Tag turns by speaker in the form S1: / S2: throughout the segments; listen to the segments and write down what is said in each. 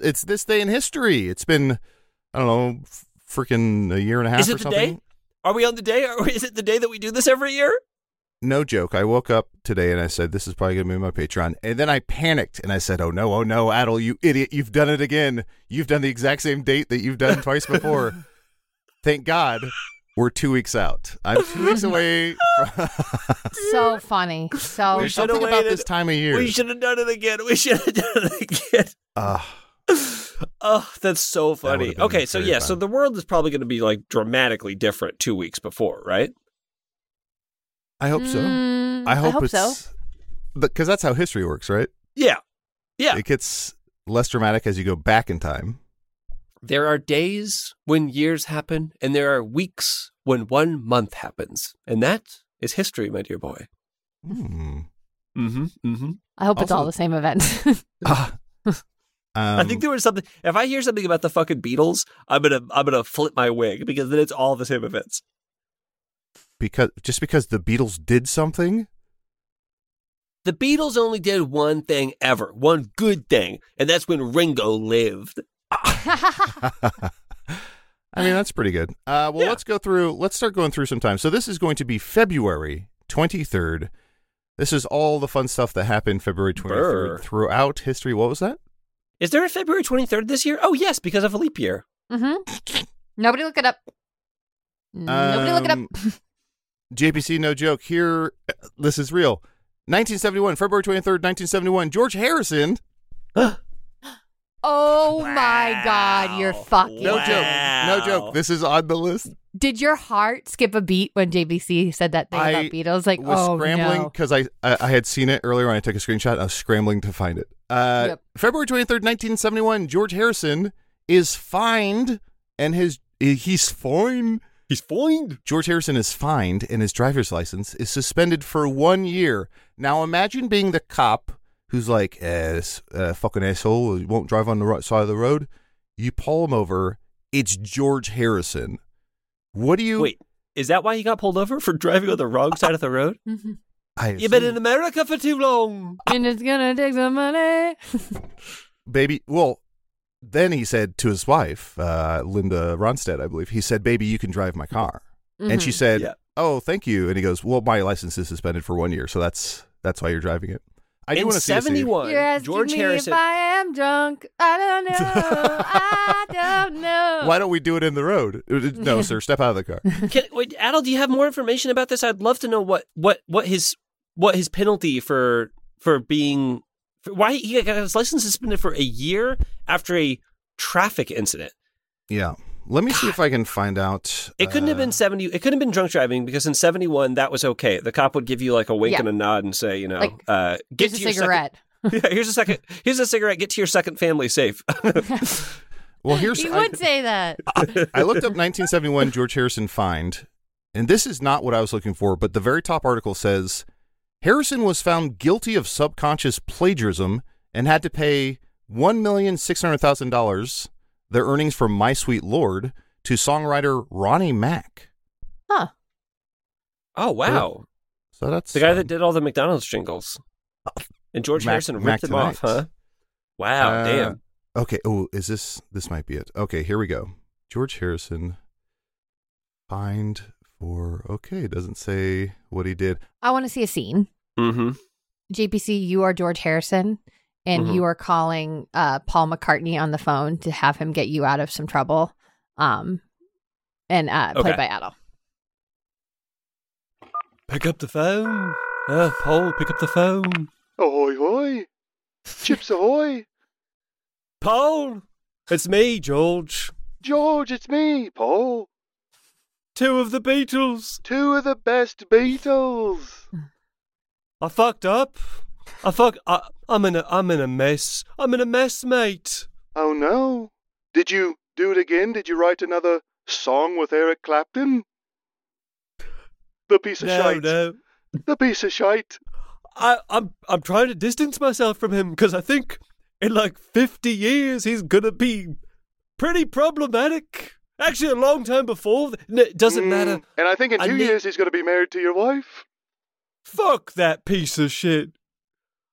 S1: It's this day in history. It's been, I don't know, freaking a year and a half
S2: Is
S1: or
S2: it the
S1: something.
S2: day? Are we on the day? Or is it the day that we do this every year?
S1: No joke. I woke up today and I said, this is probably going to be my Patreon. And then I panicked and I said, oh no, oh no, Adel, you idiot. You've done it again. You've done the exact same date that you've done twice before. Thank God we're two weeks out. I'm two weeks away. From-
S3: So funny. So
S1: There's
S2: Oh, should've
S1: something about
S2: waited.
S1: this time of year.
S2: We should have done it again. We should have done it again.
S1: Ah,
S2: Oh, that's so
S1: would've
S2: funny.
S1: been
S2: okay, so
S1: very
S2: yeah, so
S1: fun.
S2: the world is probably going to be like dramatically different two weeks before, right?
S1: I hope so.
S3: Mm,
S1: I hope,
S3: hope so.
S1: it's because that's how history works, right?
S2: Yeah, yeah.
S1: It gets less dramatic as you go back in time.
S4: There are days when years happen, and there are weeks when one month happens. And that is history, my dear boy.
S1: Hmm.
S4: Mm-hmm. Mm-hmm.
S3: I hope it's
S1: Also-
S3: all the same event.
S1: Ah.
S2: I
S1: Um,
S2: think there was something. If I hear something about the fucking Beatles, I'm gonna I'm gonna flip my wig because then it's all the same events.
S1: because just because the Beatles did something,
S4: The Beatles only did one thing ever, one good thing, and that's when Ringo lived.
S1: I mean that's pretty good. Uh, well,
S2: Eh. Yeah.
S1: let's go through. Let's start going through some time. So this is going to be February twenty third. This is all the fun stuff that happened February twenty
S2: Brr.
S1: third throughout history. What was that?
S2: Is there a February 23rd this year? Oh yes, because of a leap year.
S3: mm-hmm. Nobody look it up. Mm, Nobody look it
S1: Um,
S3: up.
S1: JPC, no joke. Here, uh, this is real. 1971, February 23rd, 1971. George Harrison.
S3: Oh my God, you're
S2: Wow.
S3: fucking.
S1: No
S2: Wow.
S1: joke. No joke. This is on the list.
S3: Did your heart skip a beat when JBC said that thing
S1: I
S3: about Beatles? Like,
S1: was
S3: oh
S1: scrambling
S3: no.
S1: because I, I I had seen it earlier and I took a screenshot. I was scrambling to find it. Uh,
S3: Yep.
S1: February 23rd, 1971. George Harrison is fined and his he's fine.
S4: He's fine.
S1: George Harrison is fined and his driver's license is suspended for one year. Now imagine being the cop who's like, eh, this uh, fucking asshole you won't drive on the right side of the road. You pull him over. It's George Harrison. What do you
S2: Wait, is that why he got pulled over for driving on the wrong side of the road?
S3: Mhm.
S1: I
S2: You've been
S1: assume-
S2: in America for too long.
S3: And it's gonna take some money.
S1: baby. Well, then he said to his wife, uh, Linda Ronstadt, I believe, he said, "Baby, you can drive my car," and
S3: Mm-hmm.
S1: she said,
S2: Yeah.
S1: "Oh, thank you." And he goes, "Well, my license is suspended for one year, so that's that's why you're driving it." I do
S2: in
S1: want to see this, Steve.
S2: 71,
S3: You're asking
S2: George
S3: me
S2: Harrison.
S3: if I am drunk. I don't know. I don't know.
S1: Why don't we do it in the road? Uh, No, sir, step out of the car.
S2: Can, wait, Adel, do you have more information about this? I'd love to know what what what his what his penalty for for being for why he got his license suspended for a year after a traffic incident.
S1: Yeah, let me see if I can find out.
S2: It couldn't have
S1: uh,
S2: been seventy. It couldn't have been drunk driving because in seventy one that was okay. The cop would give you like a wink
S3: Yeah.
S2: and a nod and say, you know,
S3: Like,
S2: uh, get
S3: Here's a
S2: to your
S3: cigarette.
S2: Second, yeah, here's a second. Here's a cigarette. Get to your second family safe.
S1: Well, here's
S3: he
S1: I-
S3: would say that.
S1: I looked up 1971 George Harrison find, and this is not what I was looking for, but the very top article says Harrison was found guilty of subconscious plagiarism and had to pay $1,600,000, their earnings from My Sweet Lord, to songwriter Ronnie Mack.
S3: Huh.
S2: oh wow,
S1: So that's
S2: the guy that did all the McDonald's jingles and George
S1: Mac-
S2: Harrison ripped
S1: Mac
S2: him
S1: tonight.
S2: off, huh? Wow,
S1: Uh,
S2: damn.
S1: Okay. Oh, is this? This might be it. Okay, here we go. George Harrison fined for. Okay, it doesn't say what he did.
S3: I want to see a scene.
S2: Mm-hmm.
S3: JPC, you are George Harrison, and
S2: Mhm.
S1: Mm-hmm.
S3: you are calling uh, Paul McCartney on the phone to have him get you out of some trouble. Um, and uh, played
S2: Okay.
S3: by Adele.
S4: Pick up the phone. Oh, Paul, pick up the phone.
S5: Ahoy, hoy! Chips ahoy!
S4: Paul, it's me, George.
S5: George, it's me, Paul.
S4: Two of the Beatles.
S5: Two of the best Beatles.
S4: I fucked up.
S2: I fuck. I, I'm in a. I'm in a mess. I'm in a mess, mate.
S5: Oh no. Did you do it again? Did you write another song with Eric Clapton? The piece of
S2: no,
S5: shite.
S2: no.
S5: The piece of shite.
S2: I, I'm. I'm trying to distance myself from him because I think in like 50 years he's gonna be pretty problematic. Actually, a long time before. N- it doesn't
S5: Mm,
S2: matter.
S5: And I think in
S2: I
S5: two
S2: need-
S5: years he's going to be married to your wife.
S2: Fuck that piece of shit.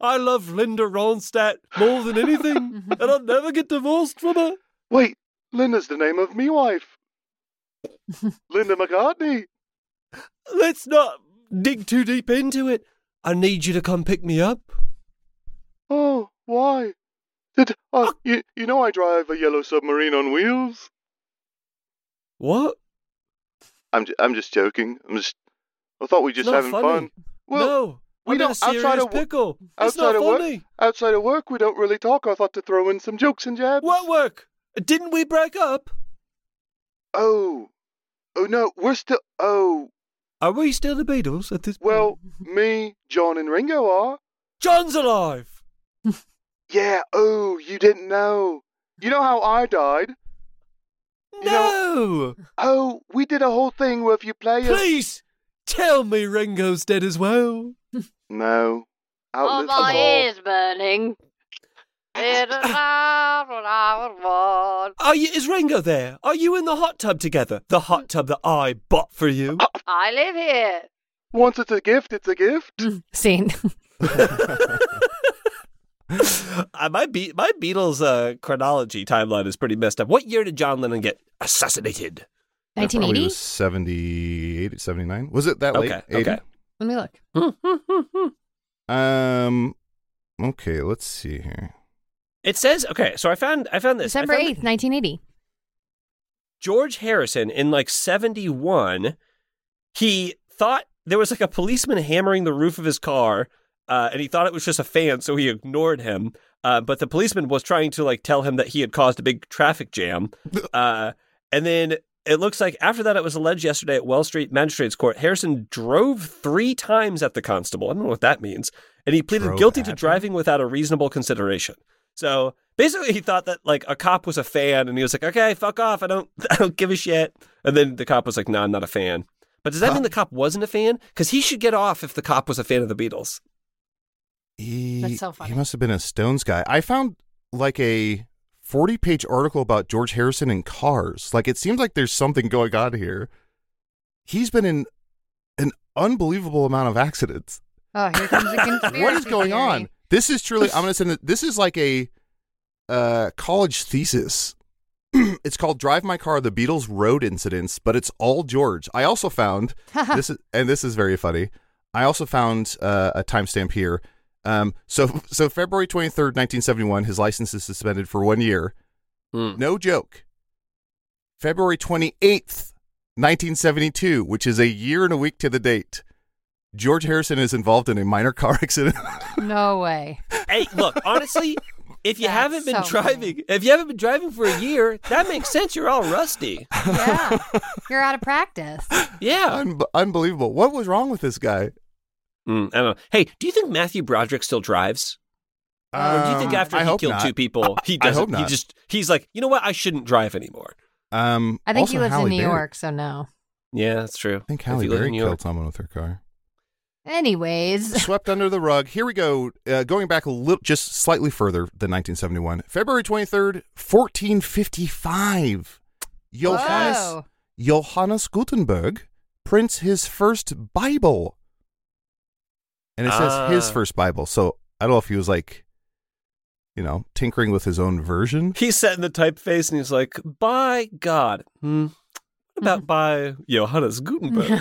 S2: I love Linda Ronstadt
S5: Mm.
S2: more than anything, and I'll never get divorced from her.
S5: Wait, Linda's the name of me wife. Linda McCartney.
S2: Let's not dig too deep into it. I need you to come pick me up.
S5: Oh, why? Did
S2: Ah.
S5: uh, you you know I drive a yellow submarine on wheels?
S2: What?
S5: I'm j- I'm just joking. I'm just. I thought we were just
S2: Not
S5: having
S2: funny.
S5: fun. Well,
S2: no,
S5: we
S2: I'm in
S5: don't-
S2: a
S5: outside
S2: serious
S5: of wo-
S2: pickle. It's
S5: outside
S2: not
S5: of work,
S2: funny.
S5: outside of work, we don't really talk. I thought to throw in some jokes and jabs.
S2: What work? Didn't we break up?
S5: Oh, oh no, we're still. Oh,
S2: Are we still the Beatles at this?
S5: well, me, John, and Ringo are.
S2: John's alive.
S5: Yeah. Oh, you didn't know. You know how I died? You
S2: No,
S5: Oh, we did a whole thing where if you play a
S2: please tell me Ringo's dead as well.
S5: no,
S6: Oh,
S5: outlived
S6: my
S5: them all.
S6: ears burning. It is not what I would want.
S2: Are you? Is Ringo there? Are you in the hot tub together? The hot tub that I bought for you.
S6: I live here.
S5: Once it's a gift, it's a gift.
S3: Scene.
S2: Uh, my Be- my Beatles uh, chronology timeline is pretty messed up. What year did John Lennon get assassinated?
S1: That probably
S3: 1980?
S1: was 78, 79. Was it that late?
S2: Okay,
S1: 80?
S2: okay.
S3: Let me look.
S1: Um, okay, let's see here.
S2: It says okay. So I found I found this I
S3: December
S2: found
S3: 8th, 1980.
S2: George Harrison in like 71, he thought there was like a policeman hammering the roof of his car, uh, and he thought it was just a fan, so he ignored him. Uh, but the policeman was trying to like tell him that he had caused a big traffic jam. Uh, and then it looks like after that, it was alleged yesterday at Well Street Magistrates Court, Harrison drove three times at the constable. I don't know what that means. And he pleaded
S1: Drove
S2: guilty to
S1: at him?
S2: driving without a reasonable consideration. So basically, he thought that like a cop was a fan, and he was like, "Okay, fuck off. I don't, I don't give a shit." And then the cop was like, "No, I'm not a fan." But does that
S1: Huh.
S2: mean the cop wasn't a fan? Because he should get off if the cop was a fan of the Beatles.
S1: He,
S3: That's so funny.
S1: He must have been a Stones guy. I found like a 40 page article about George Harrison and cars. Like, it seems like there's something going on here. He's been in an unbelievable amount of accidents.
S3: Oh, here comes a conspiracy.
S1: what is going
S3: theory.
S1: on? This is truly. I'm gonna send it. This is like a uh, college thesis. it's called "Drive My Car: The Beatles Road Incidents," but it's all George. I also found this, is, and this is very funny. I also found uh, a timestamp here. Um, so, so February 23rd, 1971, his license is suspended for one year.
S2: Hmm.
S1: No joke. February 28th, 1972, which is a year and a week to the date. George Harrison is involved in a minor car accident.
S3: No way.
S2: Hey, look, honestly, if you
S3: That's
S2: haven't been
S3: so
S2: driving, if you haven't been driving for a year, that makes sense. You're all rusty.
S3: Yeah. You're out of practice.
S2: Yeah.
S1: Un- unbelievable. What was wrong with this guy?
S2: Mm, I don't know. Hey, do you think Matthew Broderick still drives? or do you think
S1: Um,
S2: after
S1: I
S2: he
S1: hope
S2: killed
S1: not.
S2: two people, he
S1: I
S2: doesn't?
S1: hope
S2: He
S1: not.
S2: just he's like, you know what? I shouldn't drive anymore.
S1: Um,
S3: I think
S1: also
S3: he lives
S1: Halle
S3: in New
S1: Berry.
S3: York, so no.
S2: Yeah, that's true.
S1: I think
S2: If
S1: Halle
S2: you live
S1: Berry
S2: in New York.
S1: killed someone with her car.
S3: Anyways,
S1: Swept under the rug. Here we go. Uh, going back a little, just slightly further than 1971, February 23rd, 1455. Johannes
S3: Whoa.
S1: Johannes Gutenberg prints his first Bible. And it says his
S2: Ah.
S1: first Bible. So I don't know if he was like, you know, tinkering with his own version.
S2: He sat in the typeface and he's like, by God. Hmm. What
S3: Mm-hmm.
S2: about by Johannes Gutenberg?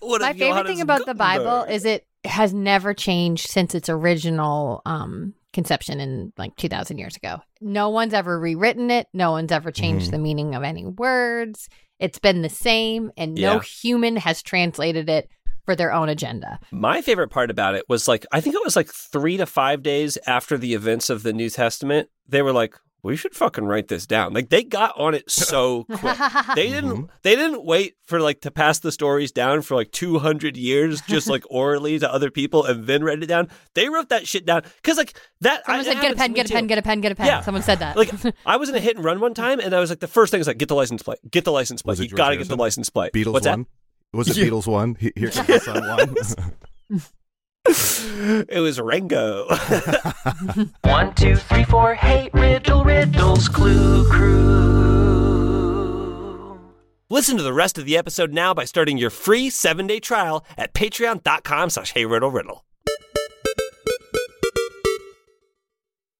S2: What
S3: my
S2: if
S3: favorite
S2: Johannes
S3: thing about the Bible
S2: Gutenberg-
S3: is it has never changed since its original um, conception in like 2,000 years ago. No one's ever rewritten it. No one's ever changed
S2: Mm-hmm.
S1: Mhm.
S3: the meaning of any words. It's been the same, and no
S2: Yeah.
S3: human has translated it for their own agenda.
S2: My favorite part about it was like I think it was like three to five days after the events of the New Testament. They were like, we should fucking write this down. Like they got on it so quick. They didn't they didn't wait for like to pass the stories down for like 200 years just like orally to other people and then write it down. They wrote that shit down cuz like that
S3: Someone
S2: I,
S3: said, "Get a pen, get a pen, get a pen, get a pen."
S2: Yeah.
S3: Someone said that.
S2: like I was in a hit and run one time, and I was like, the first thing is like, get the license plate, get the license plate.
S1: Was it
S2: You
S1: George
S2: gotta get
S1: Harrison?
S2: the license plate.
S1: Beatles
S2: What's that?
S1: one. Was it
S2: Yeah.
S1: Beatles one? He- Here comes the sun one.
S2: It was Rango.
S7: One, two, three, four. Hey, riddle, riddles, clue, crew.
S2: Listen to the rest of the episode now by starting your free seven day trial at patreon.com slash hey riddle riddle.